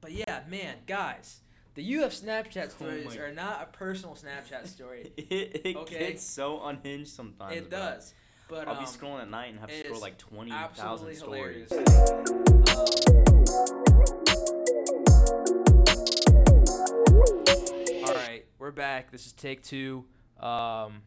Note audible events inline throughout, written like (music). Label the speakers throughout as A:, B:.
A: But yeah, man, guys, the you have Snapchat
B: (laughs) Oh my-
A: stories are not a personal
B: (laughs)
A: Snapchat story.
B: it it
A: Okay.
B: gets so unhinged sometimes.
A: it
B: bro.
A: does. But
B: I'll
A: um,
B: be scrolling at night and have
A: it
B: to
A: is
B: scroll like twenty
A: absolutely
B: thousand
A: hilarious.
B: stories.
A: Um, All right, we're back. This is take two. Um,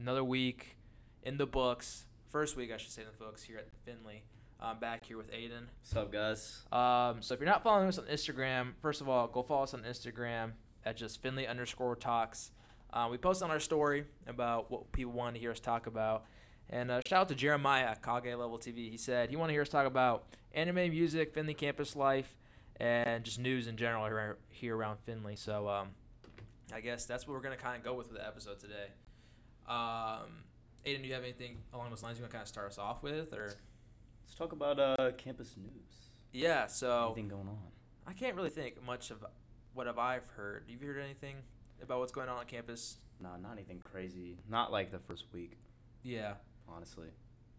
A: another week in the books. First week, I should say, in the books here at Finley. I'm back here with Aiden.
B: What's up, guys?
A: Um, so if you're not following us on Instagram, first of all, go follow us on Instagram at just Finley underscore talks. Uh, we post on our story about what people want to hear us talk about. And uh, shout out to Jeremiah at Kage Level TV. He said he wanted to hear us talk about anime, music, Finley campus life, and just news in general here, here around Finley. So um, I guess that's what we're going to kind of go with with the episode today. Um, Aiden, do you have anything along those lines you want to kind of start us off with? or
B: Let's talk about uh campus news.
A: Yeah, so.
B: Anything going on?
A: I can't really think much of what have I've heard. Have you heard anything about what's going on on campus?
B: No, not anything crazy. Not like the first week,
A: Yeah.
B: honestly.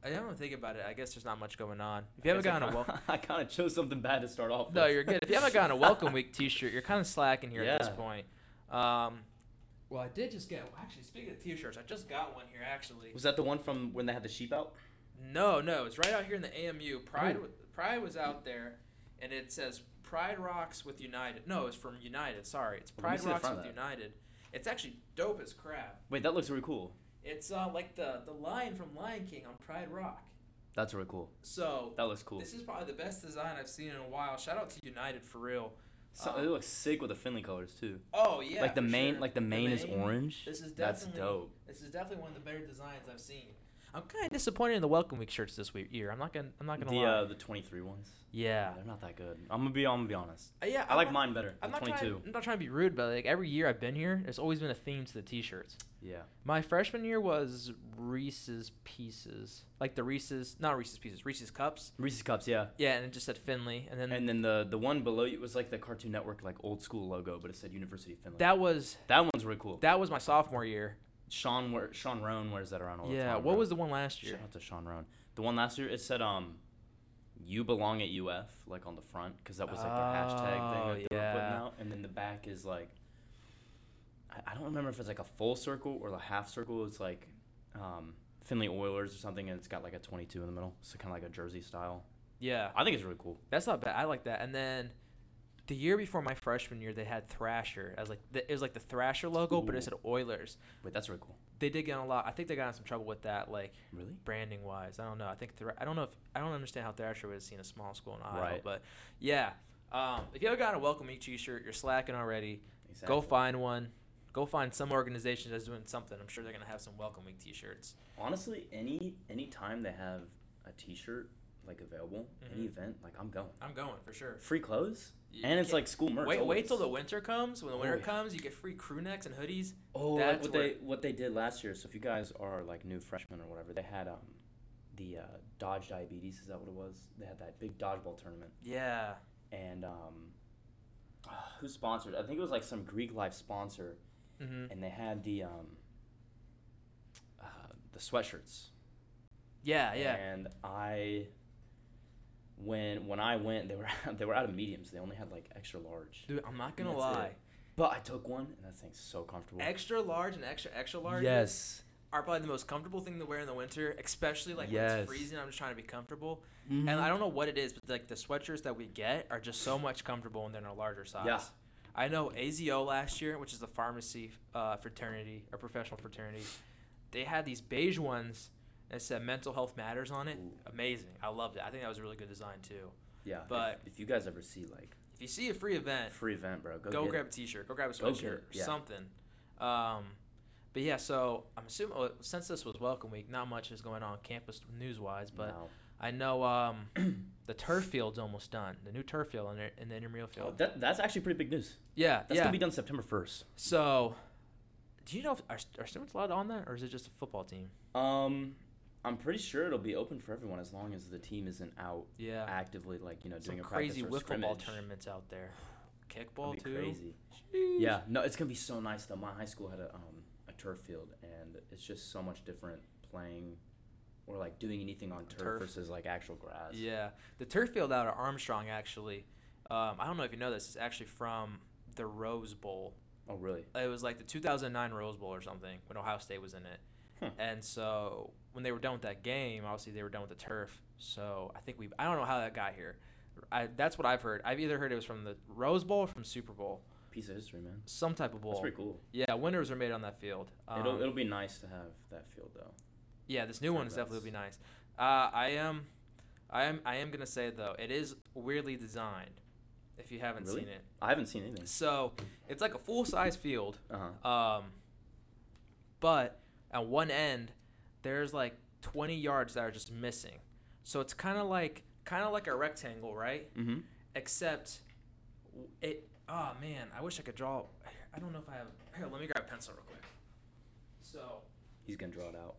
A: I don't think about it. I guess there's not much going on. If you haven't gotten a welcome,
B: (laughs) I kind of chose something bad to
A: (laughs)
B: start off.
A: no,
B: with.
A: you're good. If you haven't gotten a welcome week T-shirt, you're kind of slacking here at this
B: Yeah.
A: point. Um, well, I did just get. Actually, speaking of T-shirts, I just got one here. Actually,
B: (laughs) Was that the one from when they had the sheep out?
A: no, no, it's right out here in the AMU. Pride,
B: Oh.
A: wa- Pride was out there, and it says Pride rocks with United. No, it's from United. Sorry, it's
B: Let me
A: Pride
B: see the
A: rocks
B: front
A: with
B: of
A: United. It's actually dope as crap.
B: Wait, that looks really cool.
A: It's uh, like the the lion from Lion King on Pride Rock.
B: That's really cool.
A: So
B: That looks cool.
A: this is probably the best design I've seen in a while. Shout out to United for real.
B: So,
A: um,
B: it looks sick with the Finley colors too.
A: Oh yeah.
B: like the
A: for
B: main,
A: sure.
B: like the main, is
A: main-
B: orange.
A: This is
B: That's
A: definitely
B: dope.
A: This is definitely one of the better designs I've seen. I'm kind of disappointed in the Welcome Week shirts this week year. I'm not gonna I'm not gonna
B: the
A: lie.
B: uh, the 23 ones.
A: yeah.
B: They're not that good. I'm gonna be. I'm gonna be honest.
A: Uh, yeah.
B: I
A: I'm
B: like
A: not-
B: mine better.
A: I'm
B: the
A: not
B: 22.
A: trying. I'm not trying to be rude, but like every year I've been here, there's always been a theme to the T-shirts.
B: Yeah.
A: My freshman year was Reese's Pieces, like the Reese's, not Reese's Pieces, Reese's Cups.
B: Reese's cups. Yeah.
A: Yeah, and it just said Finley, and then
B: And then the the one below you was like the Cartoon Network like old school logo, but it said University of Finland. That,
A: that was
B: one's really cool.
A: that was my sophomore year.
B: Sean wear, Sean Roan wears that around all the time.
A: yeah, what
B: bro.
A: was the one last year?
B: Shout out to Sean Roan. The one last year, it said um, you belong at UF like on the front because that was like their hashtag
A: Oh,
B: thing that they were putting
A: yeah.
B: out, and then the back is like, I, I don't remember if it's like a full circle or a half circle. It's like, um, Finley Oilers or something, and it's got like a 22 in the middle, so kind of like a jersey style.
A: Yeah,
B: I think it's really cool.
A: that's not bad. I like that. And then the year before my freshman year, they had Thrasher as like the, it was like the Thrasher logo, but
B: Ooh.
A: it said Oilers.
B: Wait, that's really cool.
A: They did get in a lot. I think they got in some trouble with that, like
B: Really?
A: branding wise. I don't know. I think Thr- I don't know if I don't understand how Thrasher would have seen a small school in Iowa,
B: Right.
A: but yeah. Um, if you ever got a welcome Week T-shirt, you're slacking already.
B: Exactly.
A: Go find one. Go find some organization that's doing something. I'm sure they're gonna have some welcome week T-shirts.
B: Honestly, any any time they have a T-shirt like available, any
A: Mhm.
B: event, like I'm going.
A: I'm going for sure.
B: Free clothes,
A: You
B: and it's
A: can't-
B: like school merch.
A: wait, wait
B: always.
A: till the winter comes. When the
B: Oh,
A: winter
B: yeah.
A: comes, you get free crew necks and hoodies.
B: Oh,
A: That's
B: like what
A: where-
B: they what they did last year. So if you guys are like new freshmen or whatever, they had um the uh, Dodge Diabetes. Is that what it was? They had that big dodgeball tournament,
A: Yeah.
B: and um, Ah, who sponsored? I think it was like some Greek Life sponsor,
A: hmm
B: and they had the um uh, the sweatshirts. Uh,
A: Yeah, yeah.
B: And I when when I went, they were (laughs) they were out of mediums. They only had like extra large.
A: Dude, I'm not gonna
B: That's it.
A: lie.
B: But I took one, and that thing's so comfortable.
A: Extra large and extra extra large
B: Yes.
A: are probably the most comfortable thing to wear in the winter, especially like when
B: Yes.
A: it's freezing. I'm just trying to be comfortable.
B: Mm-hmm.
A: And I don't know what it is, but like the sweatshirts that we get are just so much comfortable when they're in a larger size.
B: Yeah.
A: I know AZO last year, which is the pharmacy uh, fraternity or professional fraternity, they had these beige ones that said mental health matters on it.
B: Ooh.
A: Amazing. I loved it. I think that was a really good design too.
B: Yeah. if-
A: But-
B: if, you guys ever see like
A: If you see a free event,
B: free event, bro, go,
A: go,
B: get
A: grab
B: it.
A: a t-shirt, go grab a
B: Go get
A: sweatshirt
B: it,
A: or
B: yeah.
A: something. Um, but yeah, so I'm assuming oh, since this was welcome week, not much is going on campus news-wise, but
B: No.
A: I know
B: (clears throat)
A: um, the turf field's almost done. The new turf field in the, in the intramural
B: Oh,
A: field.
B: that, that's actually pretty big news.
A: yeah,
B: That's
A: yeah.
B: gonna be done September first.
A: so, do you know if are, are students allowed on that, or is it just a football team?
B: Um, I'm pretty sure it'll be open for everyone as long as the team isn't out
A: Yeah,
B: actively, like you know,
A: some
B: doing a
A: crazy
B: practice or a
A: wiffle ball
B: scrimmage.
A: tournaments out there.
B: It'll
A: Kickball
B: be
A: too.
B: crazy.
A: Jeez.
B: Yeah, no, it's gonna be so nice though. My high school had a um, a turf field, and it's just so much different playing or like doing anything on turf,
A: Turf.
B: versus like actual grass.
A: Yeah, the turf field out at Armstrong actually. Um, I don't know if you know this. It's actually from the Rose Bowl.
B: Oh, really?
A: It was like the 2009 Rose Bowl or something when Ohio State was in it.
B: Huh.
A: And so when they were done with that game, obviously they were done with the turf. So I think we I don't know how that got here. I, that's what I've heard. I've either heard it was from the Rose Bowl or from Super Bowl,
B: Piece of history, man.
A: some type of bowl.
B: That's pretty cool.
A: Yeah, winners are made on that field. Um,
B: it'll it'll be nice to have that field though.
A: yeah, this new one is definitely be nice. Uh, I am, I am, I am gonna say though, it is weirdly designed. If you haven't
B: Really?
A: seen it,
B: I haven't seen anything.
A: so it's like a full size field,
B: Uh huh.
A: um, but at one end there's like 20 yards that are just missing. So it's kind of like kind of like a rectangle, right?
B: Mm-hmm.
A: Except w- it. Oh man, I wish I could draw. I don't know if I have. Here, let me grab a pencil real quick. So.
B: He's gonna draw it out.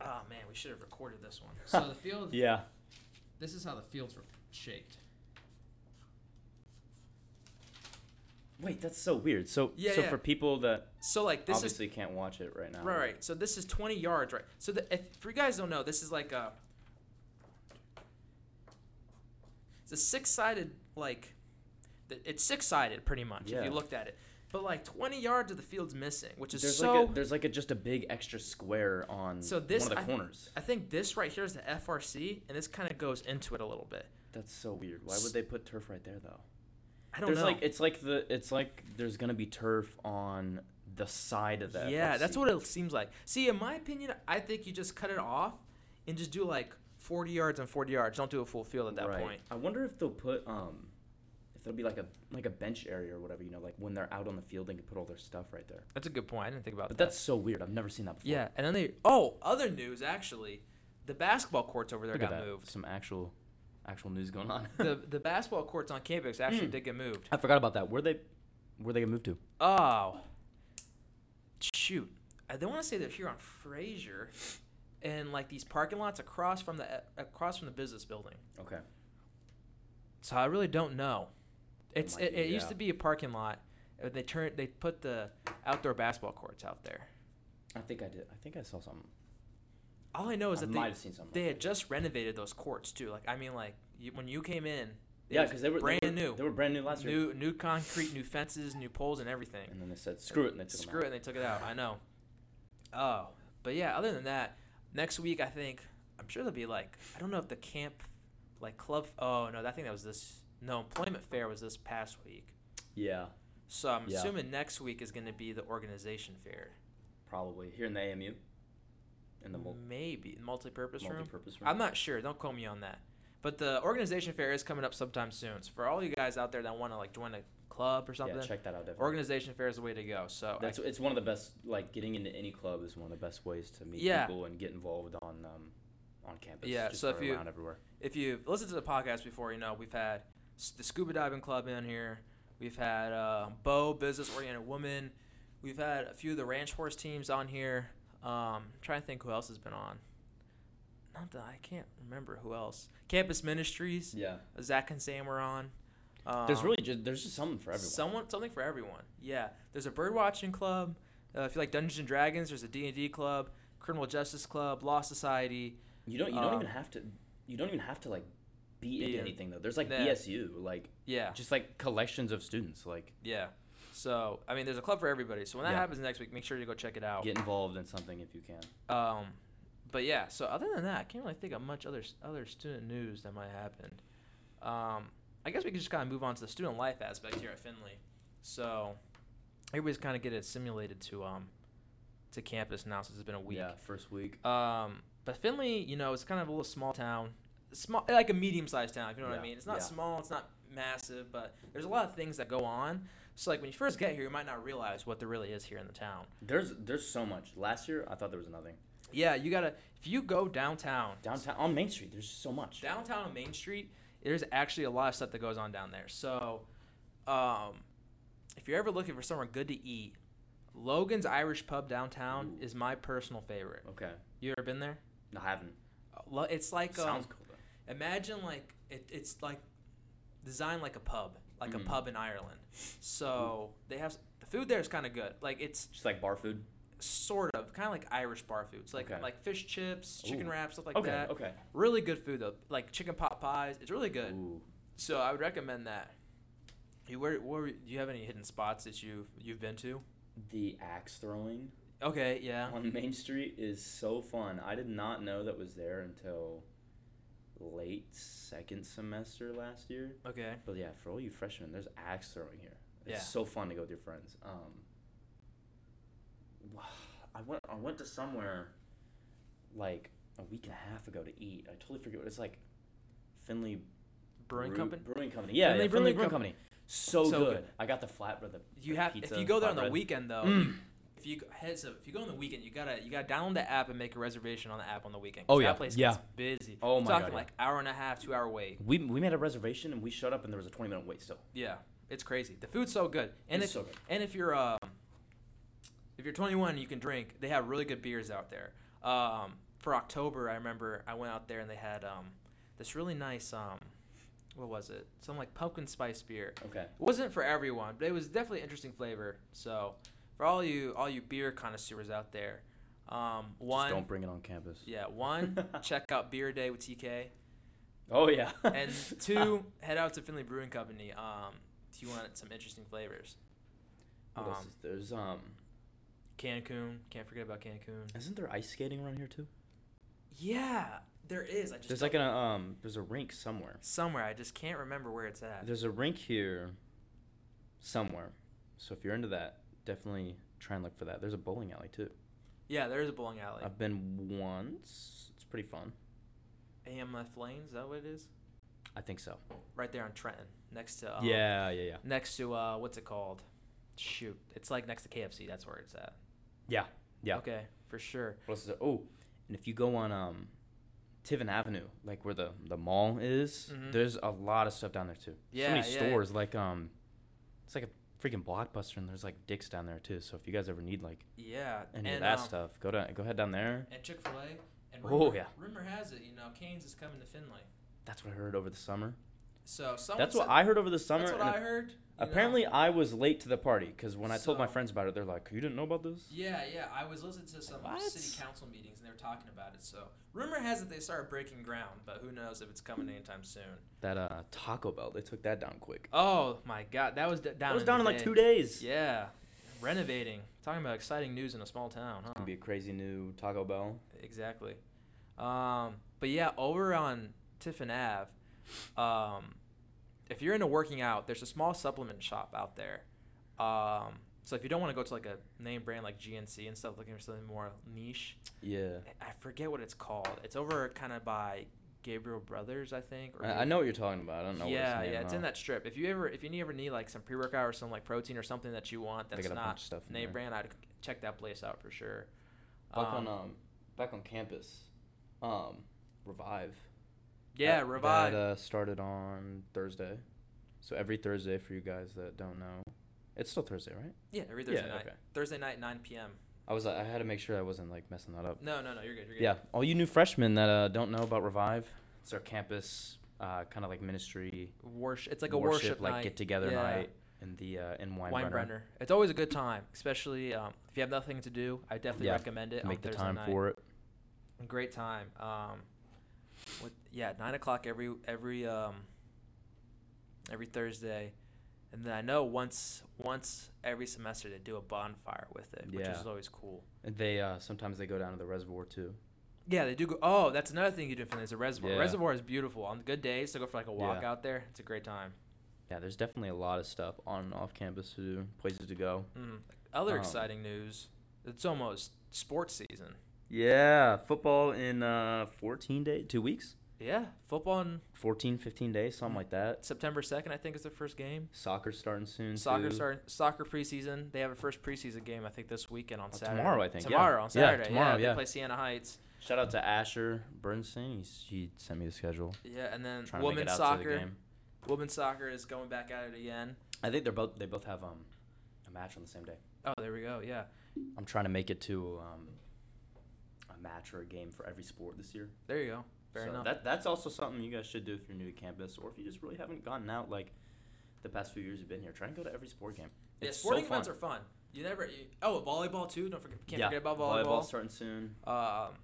A: Oh man, we should have recorded this one. So the
B: (laughs)
A: field.
B: Yeah.
A: This is how the fields were shaped.
B: Wait, that's so weird. So
A: Yeah,
B: so
A: yeah.
B: for people that
A: So like this
B: obviously can't watch it right now.
A: is right, right. So this is 20 yards, right? So the, if for you guys don't know, this is like a it's a six-sided like th- it's six-sided pretty much if
B: Yeah.
A: you looked at it. But like 20 yards of the field's missing, which is
B: There's
A: so.
B: like a, there's like a, just a big extra square on
A: So this-
B: one of
A: I-
B: the corners.
A: I think this right here is the FRC, and this kind of goes into it a little bit.
B: That's so weird. Why would they put turf right there though?
A: I don't
B: there's
A: know.
B: like it's like the it's like there's gonna be turf on the side of that.
A: Yeah, that's what it seems like. See, in my opinion, I think you just cut it off and just do like 40 yards and 40 yards. Don't do a full field at that point.
B: I wonder if they'll put um if there'll be like a like a bench area or whatever, you know, like when they're out on the field they can put all their stuff right there.
A: That's a good point. I didn't think about
B: But
A: that.
B: that's so weird. I've never seen that before.
A: yeah, and then they oh, other news actually, the basketball courts over there
B: Look at
A: got
B: that.
A: moved.
B: Some actual actual news going on.
A: the the basketball courts on campus actually
B: Hmm.
A: did get moved.
B: (laughs) I forgot about that. Where they where they moved to?
A: Oh, shoot! I don't want to say they're here on Fraser, and like these parking lots across from the across from the business building.
B: Okay.
A: So I really don't know. It's
B: might
A: it,
B: be,
A: it used
B: yeah.
A: to be a parking lot. Uh, They turned they put the outdoor basketball courts out there.
B: I think I did. I think I saw something.
A: All I know is
B: I
A: that
B: might
A: they
B: have seen something.
A: they had just renovated those courts too. Like I mean, like you, when you came in, it
B: yeah,
A: was
B: because they were
A: brand
B: they were,
A: new,
B: They were brand new last year.
A: new new concrete, new fences, new poles, and everything.
B: And then they said screw it and they took 'em
A: Screw it,
B: out.
A: and they took it out. I know. Oh, but yeah. Other than that, next week I think I'm sure there'll be like I don't know if the camp, like club. Oh no, I think that was this. No, employment fair was this past week.
B: Yeah,
A: So I'm
B: Yeah.
A: assuming next week is going to be the organization fair.
B: probably here in the AMU, in the mul-
A: Maybe the multi-purpose room.
B: multi-purpose room.
A: I'm not sure. Don't call me on that. But the organization fair is coming up sometime soon. So for all you guys out there that want to like join a club or something,
B: Yeah, check that out. Definitely.
A: organization fair is the way to go. So I-
B: That's it's one of the best. Like getting into any club is one of the best ways to meet
A: Yeah.
B: people and get involved on um, on campus.
A: Yeah,
B: just
A: so
B: are
A: if you-
B: around everywhere.
A: if you've listened to the podcast before, you know we've had s- the scuba diving club in here. We've had uh, Bo, business oriented woman. We've had a few of the ranch horse teams on here. Um, trying to think who else has been on. Not that I can't remember who else. Campus Ministries.
B: Yeah,
A: Zach and Sam were on. Um,
B: there's really just there's just something for everyone.
A: someone something for everyone. Yeah, there's a bird watching club. Uh, if you like Dungeons and Dragons, there's a D and D club, criminal justice club, law society.
B: you don't you don't
A: um,
B: even have to you don't even have to like be
A: be
B: into
A: in-
B: anything though. There's like
A: Yeah.
B: BSU like
A: Yeah,
B: just like collections of students like
A: yeah. So I mean, there's a club for everybody. So when that
B: Yeah.
A: happens next week, make sure you go check it out.
B: get involved in something if you can.
A: Um, but yeah. So other than that, I can't really think of much other other student news that might happen. Um, I guess we could just kind of move on to the student life aspect here at Finley. So everybody's kind of getting assimilated to um to campus now since it's been a week.
B: Yeah, first week.
A: Um, but Finley, you know, it's kind of a little small town, small like a medium-sized town. If you know what I
B: Yeah,
A: mean. It's not
B: yeah.
A: small, it's not massive, but there's a lot of things that go on. So like when you first get here, you might not realize what there really is here in the town.
B: There's there's so much. Last year I thought there was nothing.
A: Yeah, you gotta if you go downtown,
B: Downtown on Main Street there's just so much.
A: downtown on Main Street, there's actually a lot of stuff that goes on down there. So, um, if you're ever looking for somewhere good to eat, Logan's Irish Pub downtown
B: Ooh.
A: is my personal favorite.
B: Okay,
A: You ever been there?
B: no, I haven't.
A: Lo- It's like um,
B: Sounds cool though.
A: imagine like it, it's like designed like a pub like
B: Mhm.
A: a pub in ireland so they have s- the food there is kind of good like it's
B: Just like bar food.
A: sort of kind of like Irish bar food. It's like
B: Okay.
A: like fish chips, chicken
B: Ooh.
A: wraps, stuff like
B: okay,
A: that.
B: okay.
A: Really good food though, like chicken pot pies. It's really good.
B: Ooh.
A: So I would recommend that. You where where do you have any hidden spots that you've you've been to?
B: The axe throwing
A: Okay, yeah.
B: on Main Street is so fun. I did not know that was there until late second semester last year.
A: Okay.
B: But yeah, for all you freshmen, there's axe throwing here. It's
A: Yeah.
B: so fun to go with your friends. Um, I went I went to somewhere like a week and a half ago to eat. I totally forget what it's like. Finley
A: Brewing
B: Brew-
A: company.
B: Brewing Company. Yeah,
A: Finley
B: Finley, yeah,
A: Brewing
B: Finley Brewing
A: Com-
B: Company. So,
A: So
B: good.
A: good.
B: I got the flatbread. The
A: You
B: the
A: have
B: pizza,
A: if you go there on the
B: flatbread.
A: weekend though.
B: Mm.
A: If you heads up, if you go on the weekend, you gotta you gotta download the app and make a reservation on the app on the weekend. 'cause
B: Oh, yeah,
A: that place
B: yeah.
A: gets busy.
B: Oh,
A: We're
B: my God,
A: talking
B: yeah.
A: like hour and a half, two hour wait.
B: We, we made a reservation and we showed up and there was a 20 minute wait still.
A: Yeah, it's crazy. The food's so good, and
B: It's
A: if
B: so good.
A: and if you're um, if you're 21, you can drink. They have really good beers out there. Um, for October, I remember I went out there and they had um, this really nice um, what was it? Some like pumpkin spice beer.
B: Okay.
A: It wasn't for everyone, but it was definitely an interesting flavor. So for all you all you beer connoisseurs out there, um,
B: Just
A: one
B: don't bring it on campus.
A: yeah
B: (laughs)
A: one check out Beer Day with TK
B: Oh, yeah. (laughs)
A: and two, head out to Finley Brewing Company. Um, if you want some interesting flavors,
B: What
A: um,
B: else is- there's, um,
A: Cancun. Can't forget about Cancun.
B: isn't there ice skating around here too?
A: Yeah, there is. I just
B: There's like
A: don't-
B: an, um, there's a rink somewhere.
A: somewhere. I just can't remember where it's at.
B: There's a rink here somewhere. So if you're into that, definitely try and look for that. There's a bowling alley too.
A: Yeah, there is a bowling alley.
B: I've been once. It's pretty fun.
A: AMF Lane. Is that what it is?
B: I think so.
A: Right there on Trenton, next to
B: Uh-huh.
A: um,
B: yeah, yeah, yeah.
A: next to uh, what's it called? Shoot, it's like next to KFC. That's where it's at.
B: Yeah, yeah.
A: Okay, for sure.
B: What else is there? Oh, and if you go on um, Tiven Avenue, like where the the mall is,
A: Mhm.
B: there's a lot of stuff down there too.
A: Yeah,
B: so many
A: yeah, yeah.
B: stores. Like um, it's like a freaking blockbuster, and there's like Dick's down there too. So if you guys ever need like
A: Yeah,
B: any of
A: and,
B: that
A: um,
B: stuff, go down, go head down there.
A: and Chick Fil A. And
B: Oh,
A: rumor,
B: yeah.
A: rumor has it, you know, Canes is coming to Finley.
B: That's what I heard over the summer.
A: So someone
B: That's what
A: said-
B: I heard over the summer.
A: That's what
B: and
A: I heard. you know.
B: Apparently, I was late to the party because when I told my
A: So-
B: friends about it, they're like, "You didn't know about this?"
A: Yeah, yeah. I was listening to some
B: What?
A: city council meetings and they were talking about it. So rumor has it they started breaking ground, but who knows if it's coming anytime soon.
B: That uh, Taco Bell, they took that down quick.
A: Oh my God, that was d- down.
B: That was down in
A: the
B: like
A: day.
B: two days.
A: Yeah, renovating. Talking about exciting news in a small town, huh?
B: It'd be a crazy new Taco Bell.
A: Exactly. Um, but yeah, over on Tiffin Ave, um, if you're into working out, there's a small supplement shop out there. Um, so if you don't want to go to like a name brand like GNC and stuff, looking for something more niche,
B: Yeah.
A: I forget what it's called. It's over kind of by Gabriel Brothers, I think.
B: I, I know what you're talking about. I don't know.
A: yeah,
B: what his name, uh,
A: yeah, it's in
B: though.
A: that strip. If you ever, if you ever need like some pre workout or some like protein or something that you want
B: They
A: that's
B: got a bunch of
A: not
B: stuff in
A: name
B: there.
A: brand, I'd check that place out for sure.
B: Back
A: Um,
B: on um, back on campus, um, revive.
A: yeah,
B: That-
A: Revive.
B: That uh, started on Thursday, so every Thursday for you guys that don't know, it's still Thursday, right?
A: yeah, every Thursday
B: yeah,
A: night.
B: okay.
A: Thursday night, 9 p.m.
B: I was like, I had to make sure I wasn't like messing that up.
A: No, no, no, you're good. You're good.
B: Yeah, all you new freshmen that uh, don't know about Revive, it's our campus uh, kind of like ministry.
A: Worship. It's like a worship,
B: like
A: night.
B: get together
A: Yeah.
B: night in the uh, in Wine,
A: Wine Brenner. It's always a good time, especially um, if you have nothing to do. I definitely
B: Yeah,
A: recommend it.
B: Make
A: on
B: the
A: Thursday
B: time
A: night.
B: for it.
A: Great time. Um, with, yeah, nine o'clock every every um, every Thursday, and then I know once once every semester they do a bonfire with it, which
B: Yeah.
A: is always cool.
B: And they uh, sometimes they go down to the reservoir too.
A: Yeah, they do go. Oh, that's another thing you do in Finland is a reservoir.
B: Yeah.
A: Reservoir is beautiful. On good days, to go for like a walk
B: Yeah.
A: out there, it's a great time.
B: Yeah, there's definitely a lot of stuff on and off campus to do, places to go.
A: Mm. Other
B: Um,
A: exciting news. It's almost sports season.
B: Yeah, football in uh, 14 days, two weeks,
A: Yeah, football on
B: 14, 15 days, something like that.
A: September second, I think, is the first game.
B: Soccer starting soon.
A: Soccer
B: too.
A: start, soccer preseason. They have a first preseason game, I think, this weekend on
B: Uh,
A: Saturday.
B: tomorrow, I think, yeah.
A: Tomorrow on
B: Yeah,
A: Saturday. Yeah,
B: tomorrow, yeah.
A: They play Siena Heights.
B: Shout out to Asher Bernstein. He's, he sent me the schedule.
A: Yeah, and then
B: Trying to make
A: women's
B: it out to the
A: soccer.
B: game.
A: Women's soccer is going back at it again.
B: I think they're both they both have um a match on the same day.
A: Oh, there we go. Yeah,
B: I'm trying to make it to um a match or a game for every sport this year.
A: there you go. Fair
B: so
A: enough.
B: That that's also something you guys should do if you're new to campus or if you just really haven't gotten out. Like, the past few years you've been here. Try and go to every sport game.
A: Yeah,
B: It's
A: sporting
B: so
A: events
B: fun.
A: are fun. You never. You, oh, volleyball too. Don't forget. Can't
B: Yeah,
A: forget about
B: volleyball
A: volleyball.
B: starting soon.
A: Um,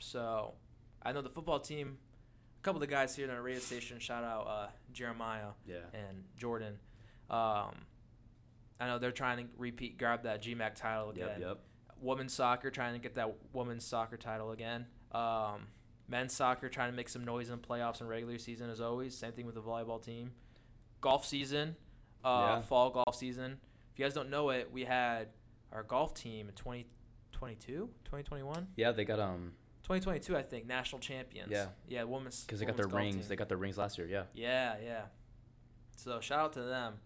A: so I know the football team. A couple of the guys here in our radio station. Shout out uh, Jeremiah
B: Yeah.
A: and Jordan. Um, I know they're trying to repeat grab that GMAC title again.
B: Yep. Yep.
A: Women's soccer trying to get that women's soccer title again. Um, men's soccer trying to make some noise in the playoffs and regular season as always. Same thing with the volleyball team. Golf season, uh,
B: Yeah.
A: fall golf season. If you guys don't know it, we had our golf team in 2022, 2021,
B: Yeah, they got um
A: 2022, I think, national champions.
B: Yeah.
A: Yeah, women's.
B: because they got
A: women's golf
B: their rings.
A: team.
B: They got their rings last year. Yeah.
A: Yeah, yeah. So shout out to them.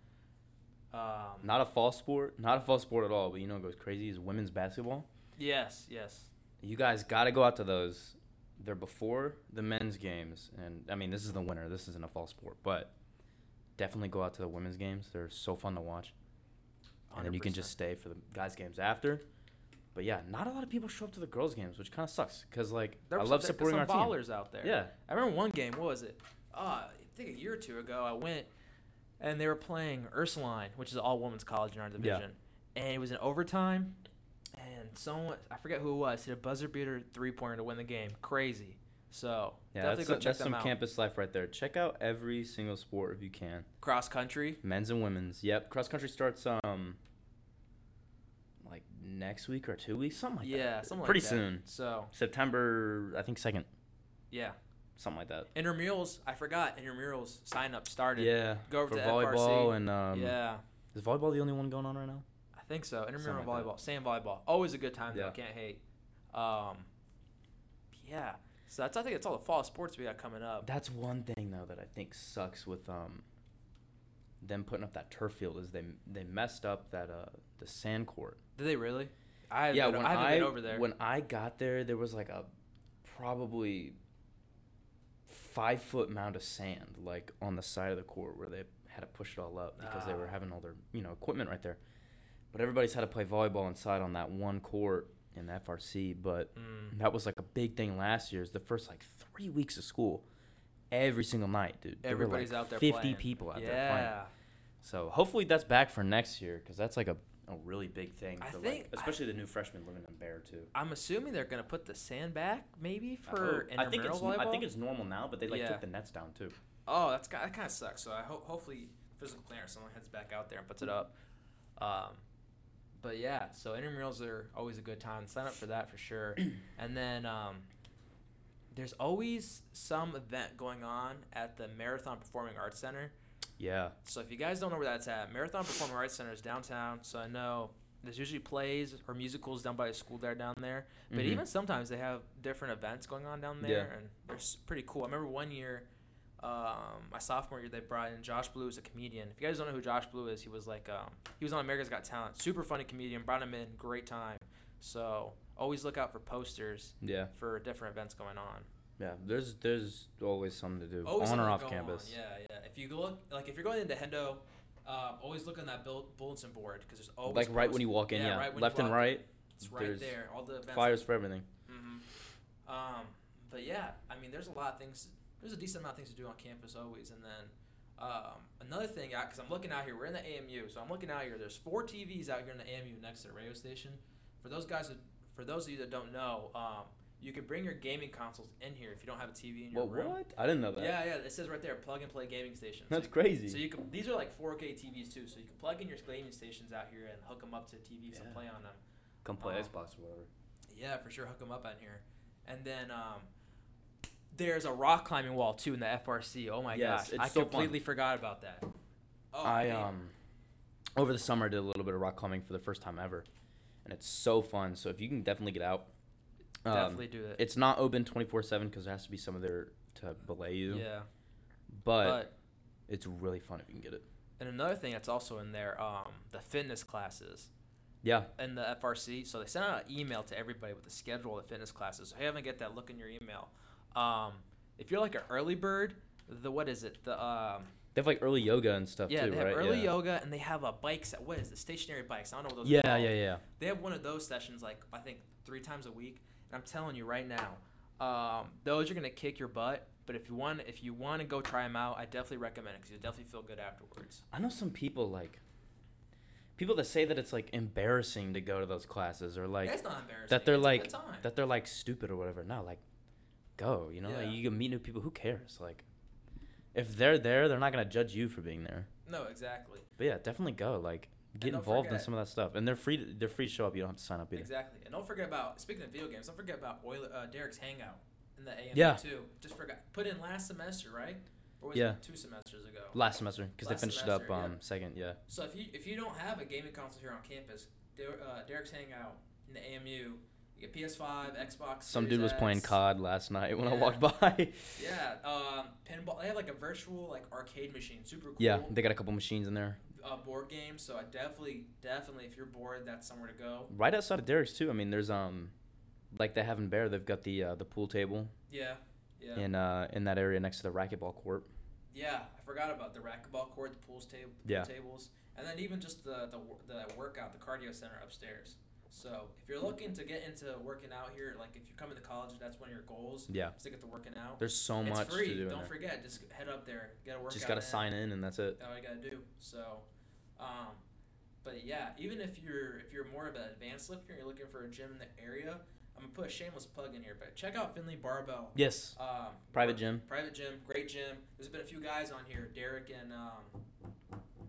A: Um,
B: Not a fall sport. Not a fall sport at all. But you know what goes crazy is women's basketball.
A: yes, yes.
B: You guys got to go out to those. They're before the men's games, and I mean this is the winter. This isn't a fall sport, but definitely go out to the women's games. They're so fun to watch, and then you can
A: 100%.
B: just stay for the guys' games after. But yeah, not a lot of people show up to the girls' games, which kind of sucks because like
A: There
B: I
A: was
B: love
A: some-
B: supporting our
A: some
B: team.
A: ballers out there.
B: Yeah,
A: I remember one game. What was it? Uh, I think a year or two ago, I went and they were playing Ursuline, which is all women's college in our division, and it was in overtime. And someone, I forget who it was, hit a buzzer beater three pointer to win the game. Crazy. So
B: yeah,
A: definitely
B: that's,
A: go
B: a-
A: check
B: that's
A: them
B: some
A: out.
B: campus life right there. Check out every single sport if you can.
A: Cross country.
B: Men's and women's. Yep. Cross country starts um like next week or two weeks, something like that.
A: yeah, something
B: Pretty
A: like that.
B: soon.
A: So
B: September, I think second,
A: yeah,
B: something like that.
A: intramurals. I forgot intramurals sign up started.
B: Yeah.
A: Go over
B: for
A: to
B: volleyball
A: FRC.
B: and um,
A: yeah.
B: is volleyball the only one going on right now?
A: I think so. Intramural
B: Something like
A: volleyball, sand volleyball, always a good time though.
B: Yeah.
A: Can't hate. Um, yeah. So that's I think it's all the fall sports we got coming up.
B: That's one thing though that I think sucks with um them putting up that turf field is they they messed up that uh the sand court.
A: Did they really? I haven't
B: yeah,
A: been,
B: when
A: I haven't
B: I
A: been over there.
B: when I got there, there was like a probably five foot mound of sand like on the side of the court where they had to push it all up because they were
A: Ah.
B: having all their you know equipment right there. But everybody's had to play volleyball inside on that one court in the FRC. But
A: Mm.
B: that was like a big thing last year. Is the first like three weeks of school, every single night, dude. There were, like,
A: Everybody's out there
B: Fifty
A: playing.
B: people out
A: yeah.
B: there playing. So hopefully that's back for next year because that's like a, a really big thing.
A: I
B: For
A: think-
B: like, especially the new freshmen living in Bear too.
A: I'm assuming they're gonna put the sand back maybe
B: I
A: for
B: hope. I think
A: intramural
B: it's
A: volleyball.
B: I think it's normal now, but they like
A: Yeah.
B: took the nets down too.
A: oh, that's ki- that kind of sucks. So I hope hopefully physical planner someone heads back out there and puts it up. Um, but yeah, so intramurals are always a good time. Sign up for that for sure. and then um, there's always some event going on at the Marathon Performing Arts Center.
B: Yeah,
A: So if you guys don't know where that's at, Marathon Performing Arts Center is downtown. So I know there's usually plays or musicals done by a school there down there. But
B: Mhm.
A: even sometimes they have different events going on down there, and they're s- pretty cool. I remember one year, um, my sophomore year, they brought in Josh Blue as a comedian. If you guys don't know who Josh Blue is, he was like um, he was on America's Got Talent, super funny comedian. Brought him in, great time. So always look out for posters
B: yeah,
A: for different events going on.
B: yeah. There's there's always something to do
A: Always
B: on or
A: something
B: off
A: going on,
B: campus.
A: Yeah, yeah. If you look, like if you're going into Hendo, um, always look on that bull- bulletin board because there's always
B: Like right when you
A: posts-
B: walk in, yeah,
A: right when you
B: left and
A: walk in.
B: right,
A: It's right
B: there's
A: there. All the events.
B: fires for everything.
A: hmm Um, but yeah, I mean, there's a lot of things. There's a decent amount of things to do on campus always. And then um, another thing, because I'm looking out here, we're in the AMU, so I'm looking out here. There's four TVs out here in the AMU next to the radio station. For those guys, that, for those of you that don't know, um, you can bring your gaming consoles in here if you don't have a TV in your
B: What?
A: room.
B: What? I didn't know that.
A: Yeah, yeah. It says right there, plug and play gaming stations.
B: that's
A: so,
B: crazy.
A: you, so you can. These are like 4K TVs too, so you can plug in your gaming stations out here and hook them up to TVs and
B: Yeah.
A: play on them.
B: Come play
A: Oh.
B: Xbox or whatever.
A: Yeah, for sure. Hook them up on here. And then um, there's a rock climbing wall too in the FRC. Oh my
B: Yes,
A: gosh,
B: it's
A: I
B: so fun.
A: completely forgot about that. Oh,
B: I
A: man.
B: um over the summer I did a little bit of rock climbing for the first time ever, and it's so fun. So if you can definitely get out, um,
A: definitely do it.
B: It's not open twenty four seven because there has to be some of there to belay you,
A: Yeah,
B: but,
A: but
B: it's really fun if you can get it.
A: and another thing that's also in there, um, the fitness classes.
B: Yeah,
A: and the FRC. So they sent out an email to everybody with the schedule of the fitness classes. So if you haven't get that, look in your email. Um, if you're like an early bird, the what is it? The um,
B: they have like early yoga and stuff
A: yeah,
B: too,
A: they have
B: right?
A: early
B: yeah.
A: yoga and they have a bikes. What is the stationary bikes? I don't know what those. are
B: Yeah,
A: called.
B: yeah, yeah.
A: They have one of those sessions like I think three times a week, and I'm telling you right now, um, those are gonna kick your butt. But if you want, if you want to go try them out, I definitely recommend it because you'll definitely feel good afterwards.
B: I know some people like people that say that it's like embarrassing to go to those classes or like
A: That's not embarrassing.
B: that they're
A: It's a
B: like
A: good time.
B: that they're like stupid or whatever. No, like go, you know,
A: Yeah.
B: like you can meet new people. Who cares? Like if they're there, they're not gonna judge you for being there.
A: no, exactly,
B: But yeah, definitely go. Like get
A: don't
B: involved in
A: forget-
B: some of that stuff, and they're free. To, they're free to show up. You don't have to sign up either.
A: exactly. And don't forget about speaking of video games. Don't forget about Oil, uh, Derek's hangout in the AM
B: Yeah.
A: too. Just forgot put in last semester, right? Or was
B: Yeah.
A: it two semesters ago?
B: Last semester, because they
A: Last
B: finished
A: semester,
B: it up
A: yeah.
B: um second. Yeah,
A: So if you if you don't have a gaming console here on campus, Der- uh, Derek's Hangout in the AMU, you get PS5, Xbox.
B: some
A: Series
B: dude was playing
A: X.
B: COD last night when I
A: Yeah.
B: walked by.
A: (laughs) Yeah, um, pinball. They have like a virtual like arcade machine, super cool.
B: yeah, they got a couple machines in there.
A: Uh, board game. So I definitely, definitely, if you're bored, that's somewhere to go.
B: Right outside of Derek's too. I mean, there's um, like they have in Bear, they've got the uh, the pool table
A: Yeah, yeah,
B: in uh in that area next to the racquetball court.
A: yeah. I forgot about the racquetball court, the pools table,
B: Yeah.
A: tables, and then even just the, the wor- the workout, the cardio center upstairs. So if you're looking to get into working out here, like if you're coming to college, that's one of your goals.
B: Yeah,
A: Is to get to working out.
B: there's so
A: it's
B: much
A: free.
B: to do. in
A: Don't
B: there.
A: forget. Just head up there. Get a workout.
B: Just gotta
A: in.
B: sign in and that's it.
A: That's all you gotta do. So, um, but yeah, even if you're if you're more of an advanced lifter, and you're looking for a gym in the area. I'm gonna put a shameless plug in here, but check out Finley Barbell.
B: Yes,
A: Um,
B: private
A: work-
B: gym.
A: Private gym. Great gym. There's been a few guys on here. Derek and um,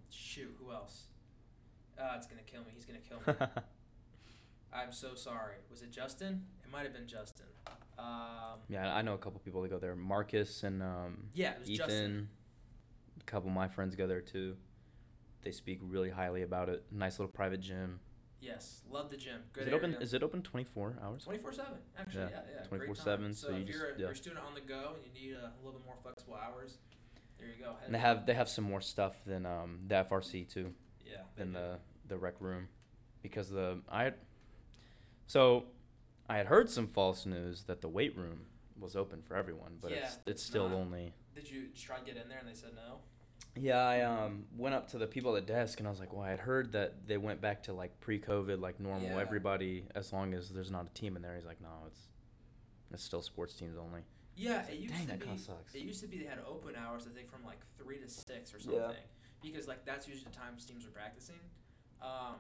A: shoot, who else? Uh, it's gonna kill me. He's gonna
B: (laughs)
A: kill me. I'm so sorry. Was it Justin? It might have been Justin. Um,
B: yeah, I know a couple people that go there. Marcus and um
A: yeah, it was Justin.
B: Ethan, a couple of my friends go there too. They speak really highly about it. Nice little private gym.
A: Yes, love the gym. Good
B: is it
A: area.
B: open? Is it open twenty four hours?
A: Twenty four seven, actually,
B: Yeah,
A: yeah, yeah. great
B: 24/7,
A: time.
B: so
A: So,
B: you
A: if
B: just-
A: you're, a,
B: yeah.
A: you're a student on the go and you need a little bit more flexible hours, there you go. Head
B: And they have they have some more stuff than um the FRC too
A: yeah. they
B: than
A: do.
B: the the rec room, because the I. So, I had heard some false news that the weight room was open for everyone, but
A: Yeah,
B: it's it's
A: it's
B: still
A: not.
B: only
A: Did you try to get in there and they said no?
B: Yeah, I um went up to the people at the desk and I was like, "Well, I had heard that they went back to like pre-COVID, like normal
A: Yeah.
B: everybody, as long as there's not a team in there." He's like, "No, it's it's still sports teams only."
A: Yeah,
B: It's
A: it
B: like,
A: used
B: Dang,
A: to
B: that
A: be.
B: kind of sucks.
A: It used to be they had open hours, I think, from like three to six or
B: Yeah.
A: something, because like that's usually the times teams are practicing. Um,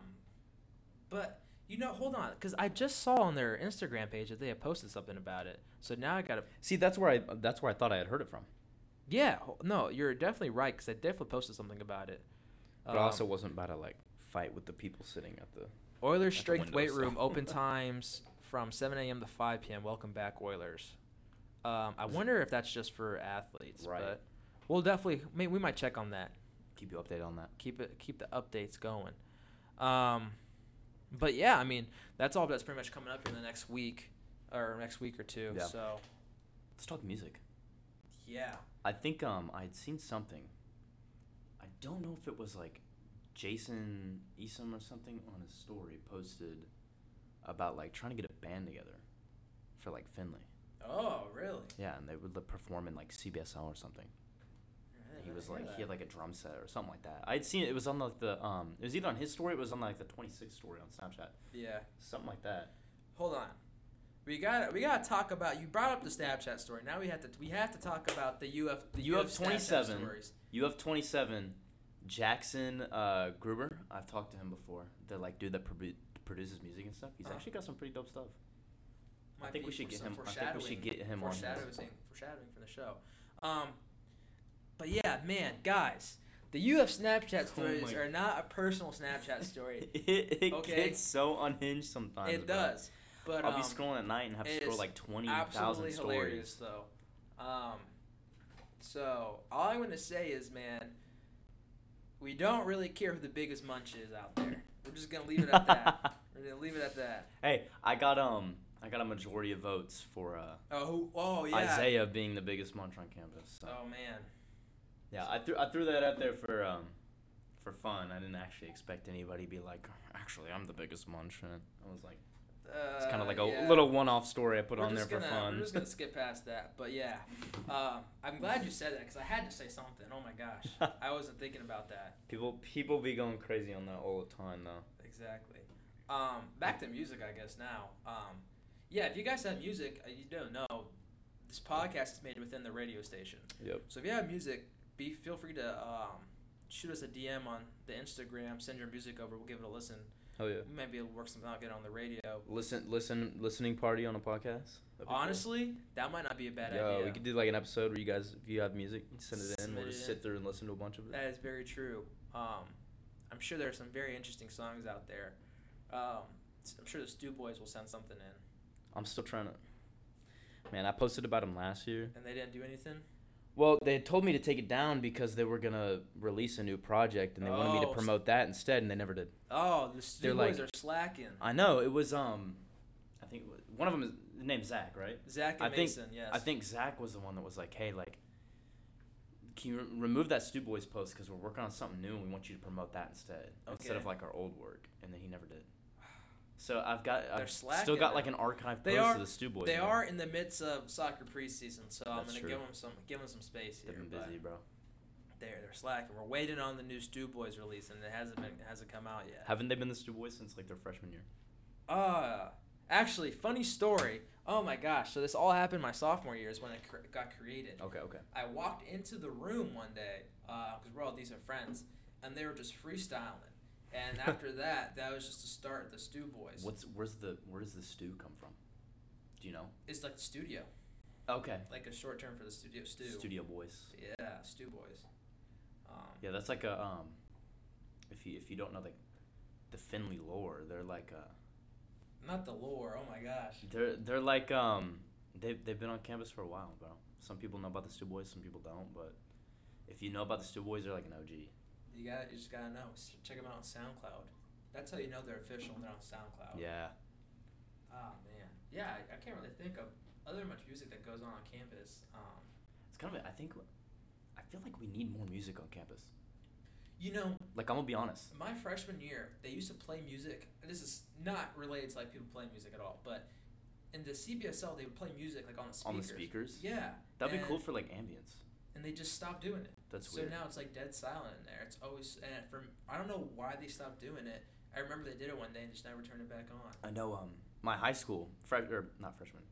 A: but you know, hold on, because I just saw on their Instagram page that they had posted something about it. So now I gotta
B: See, that's where I that's where I thought I had heard it from,
A: Yeah, ho- no, you're definitely right because I definitely posted something about it. Um,
B: but I also wasn't about to like fight with the people sitting at the.
A: Oilers
B: at the
A: strength
B: window,
A: weight
B: so. (laughs)
A: room open times from 7 a.m. to 5 p.m. Welcome back, Oilers. Um, I
B: Is it-
A: wonder if that's just for athletes,
B: Right.
A: but we'll definitely may we might check on that.
B: Keep you updated on that.
A: Keep it keep the updates going. Um, but yeah, I mean that's all that's pretty much coming up in the next week or next week or two.
B: Yeah.
A: So
B: Let's talk music.
A: yeah,
B: I think um I'd seen something. I don't know if it was like Jason Esom or something on his story posted about like trying to get a band together for like Finley.
A: oh really?
B: Yeah, and they would like, perform in like CBSL or something.
A: I
B: he
A: didn't
B: was
A: hear
B: like he
A: that.
B: had like a drum set or something like that. I'd seen it. It was on like the um it was either on his story, it was on like the 26th story on Snapchat,
A: yeah.
B: something like that.
A: Hold on. We got to we got to talk about you brought up the Snapchat story. Now we have to we have to talk about the UF the
B: You have
A: Snapchat
B: 27.
A: stories.
B: You have 27, Jackson uh, Gruber. I've talked to him before. The like dude that produ- produces music and stuff. He's
A: Uh-huh.
B: actually got some pretty dope stuff. I
A: Might
B: think
A: be
B: we should
A: for
B: get
A: some
B: him. I think we should
A: foreshadowing-
B: get him on.
A: foreshadowing
B: this.
A: foreshadowing for the show. Um but yeah, man, guys, the UF Snapchat
B: (laughs) Oh my-
A: stories are not a personal
B: (laughs)
A: Snapchat story.
B: it it
A: Okay.
B: gets so unhinged sometimes.
A: it
B: bro.
A: does. But
B: I'll
A: um,
B: be scrolling at night and have to
A: it
B: scroll
A: is
B: like 20,000
A: absolutely
B: stories. (laughs)
A: hilarious though. Um, so all I'm gonna say is, man, we don't really care who the biggest munch is out there. We're just gonna leave it at
B: (laughs)
A: that. We're gonna leave it at that.
B: hey, I got um I got a majority of votes for uh,
A: Oh, who, oh yeah.
B: Isaiah being the biggest munch on campus. So.
A: Oh man.
B: Yeah, I threw I threw that out there for um for fun. I didn't actually expect anybody to be like, actually, I'm the biggest munch. And I was like,
A: Uh,
B: it's kind of like a
A: yeah.
B: little one-off story I put
A: We're
B: on there
A: just
B: for
A: gonna-
B: fun.
A: We're just
B: (laughs)
A: gonna skip past that, but yeah, um, I'm glad you said that because I had to say something. Oh my gosh, I wasn't thinking about that.
B: people people be going crazy on that all the time though.
A: Exactly. Um, back to music, I guess now. Um, yeah, if you guys have music, uh, you don't know. The this podcast is made within the radio station.
B: Yep.
A: So if you have music, be feel free to um, shoot us a DM on the Instagram. Send your music over. We'll give it a listen.
B: Hell yeah.
A: Maybe it'll work something out. Get it on the radio.
B: Listen, listen, listening party on a podcast. That'd be cool.
A: Honestly, that might not be a bad
B: Yo,
A: idea.
B: we could do like an episode where you guys, if you have music, you send it in.
A: Submit
B: We'll
A: it
B: just
A: in.
B: sit through and listen to a bunch of it.
A: That is very true. Um, I'm sure there are some very interesting songs out there. Um, s- I'm sure the Stew Boys will send something in,
B: I'm still trying to. Man, I posted about them last year.
A: and they didn't do anything.
B: Well, they had told me to take it down because they were gonna release a new project and they wanted me
A: Oh,
B: to
A: s-
B: promote that instead, and they never did.
A: Oh, the Stew
B: They're
A: Boys
B: like-
A: are slacking.
B: I know it was um, I think it was, one of them is the name's Zach, right?
A: Zach and
B: I think-
A: Mason, yes.
B: I think Zach was the one that was like, "Hey, like, can you re- remove that Stu Boys post because we're working on something new and we want you to promote that instead instead of
A: Okay.
B: like our old work." And then he never did. So I've got
A: They're
B: I've still
A: slacking
B: got like
A: now.
B: an archive
A: They
B: post
A: are-
B: of the Stu Boys.
A: they
B: man.
A: are in the midst of soccer preseason, so I'm
B: That's
A: gonna
B: true.
A: give them some give them some space
B: They've
A: here.
B: been
A: but
B: busy, bro.
A: They're they're slacking. We're waiting on the new Stew Boys release, and it hasn't been it hasn't come out yet.
B: Haven't they been the Stu Boys since like their freshman year?
A: Uh, actually, funny story. Oh my gosh! So this all happened my sophomore year is when it cr- got created.
B: Okay, okay.
A: I walked into the room one day because we're all decent friends, and they were just freestyling. And after that, that was just the start of the Stew Boys.
B: What's where's the where does the stew come from? Do you know?
A: It's like the studio,
B: Okay.
A: like a short term for the studio stew.
B: Studio Boys.
A: Yeah, Stew Boys. Um,
B: Yeah, that's like a um, if you if you don't know the the Finley lore, they're like uh
A: Not the lore. Oh my gosh.
B: they're they're like um they they've been on campus for a while, bro. Some people know about the Stew Boys, some people don't, but if you know about the Stew Boys, they're like an OG.
A: You got. You just gotta know. S- Check them out on SoundCloud. That's how you know they're official. They're on SoundCloud.
B: Yeah.
A: Oh man. Yeah, I, I can't really think of other much music that goes on on campus. Um,
B: It's kind of a- I think I feel like we need more music on campus.
A: you know,
B: Like I'm gonna be honest.
A: My freshman year, they used to play music. This is not related to like people playing music at all, but in the CBSL, they would play music like on the speakers.
B: On the speakers,
A: Yeah.
B: that'd be
A: and-
B: cool for like ambience.
A: And they just stopped doing it.
B: That's
A: so
B: weird.
A: now it's like dead silent in there. It's always and from I don't know why they stopped doing it. I remember they did it one day and just never turned it back on.
B: I know um my high school fresh or not freshman,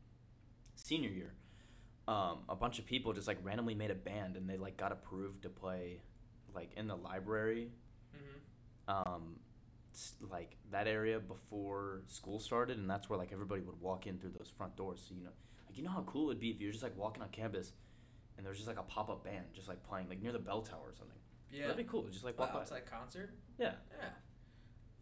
B: senior year, um a bunch of people just like randomly made a band and they like got approved to play, like in the library,
A: Mm-hmm.
B: um, s- like that area before school started and that's where like everybody would walk in through those front doors. So you know, like you know how cool it'd be if you're just like walking on campus, and there's just like a pop up band just like playing like near the bell tower or something.
A: Yeah.
B: That'd be cool. Just like walk
A: wow,
B: by.
A: it's like concert.
B: Yeah.
A: Yeah.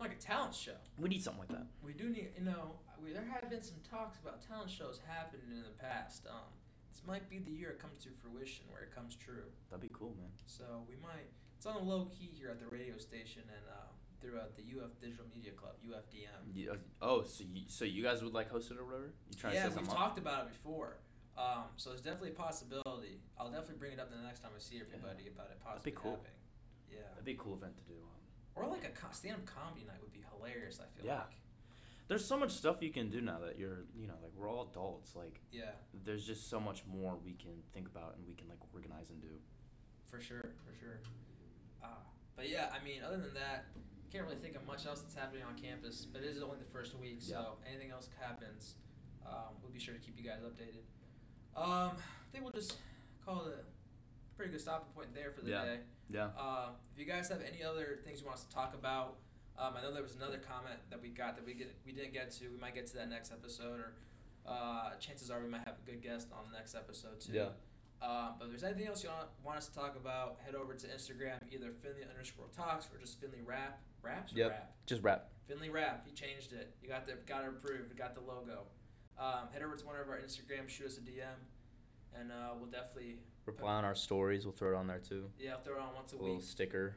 A: Like a talent show.
B: we need something like that.
A: We do need, you know, we, there have been some talks about talent shows happening in the past. Um, this might be the year it comes to fruition, where it comes true.
B: That'd be cool, man.
A: So we might. It's on a low key here at the radio station and uh, throughout the UF Digital Media Club (UFDM).
B: You, oh, so you, so you guys would like host it or whatever? You trying
A: yeah,
B: to set
A: we've
B: something up?
A: talked about it before. Um, so it's definitely a possibility. I'll definitely bring it up the next time I see everybody about it possibly
B: be cool.
A: happening. Yeah,
B: That'd be a cool event to do. Um,
A: or like a co- stand-up comedy night would be hilarious. I feel
B: Yeah.
A: like.
B: there's so much stuff you can do now that you're, you know, like we're all adults. Like
A: Yeah,
B: there's just so much more we can think about and we can like organize and do.
A: for sure, for sure. Uh, but yeah, I mean, other than that, can't really think of much else that's happening on campus. But it is only the first week, so anything else happens, um, we'll be sure to keep you guys updated. Um, I think we'll just call it a pretty good stopping point there for the
B: Yeah.
A: day.
B: Yeah.
A: Uh, if you guys have any other things you want us to talk about, um, I know there was another comment that we got that we get, we didn't get to. We might get to that next episode, or uh, chances are we might have a good guest on the next episode too.
B: Yeah.
A: Uh, but if there's anything else you want, want us to talk about, head over to Instagram, either Finley underscore talks or just Finley rap raps or
B: Yep.
A: rap.
B: Just rap.
A: Finley Rap, he changed it. You got the got it approved. We got the logo. Um, head over to one of our Instagram, shoot us a DM, and uh, we'll definitely
B: Reply on our stories. We'll throw it on there too.
A: yeah I'll throw it on once a
B: A little
A: week.
B: sticker.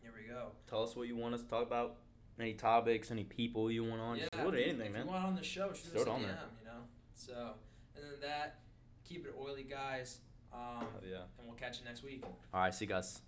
A: Here we go.
B: Tell us what you want us to talk about. Any topics, any people you want on. just
A: Yeah,
B: do
A: if
B: it,
A: you-
B: anything,
A: if
B: man.
A: you want on the show, shoot
B: Just
A: us
B: throw it
A: a
B: on
A: DM,
B: there.
A: you know. So and then that, keep it oily, guys. Um,
B: yeah.
A: and we'll catch you next week.
B: All right. See you guys.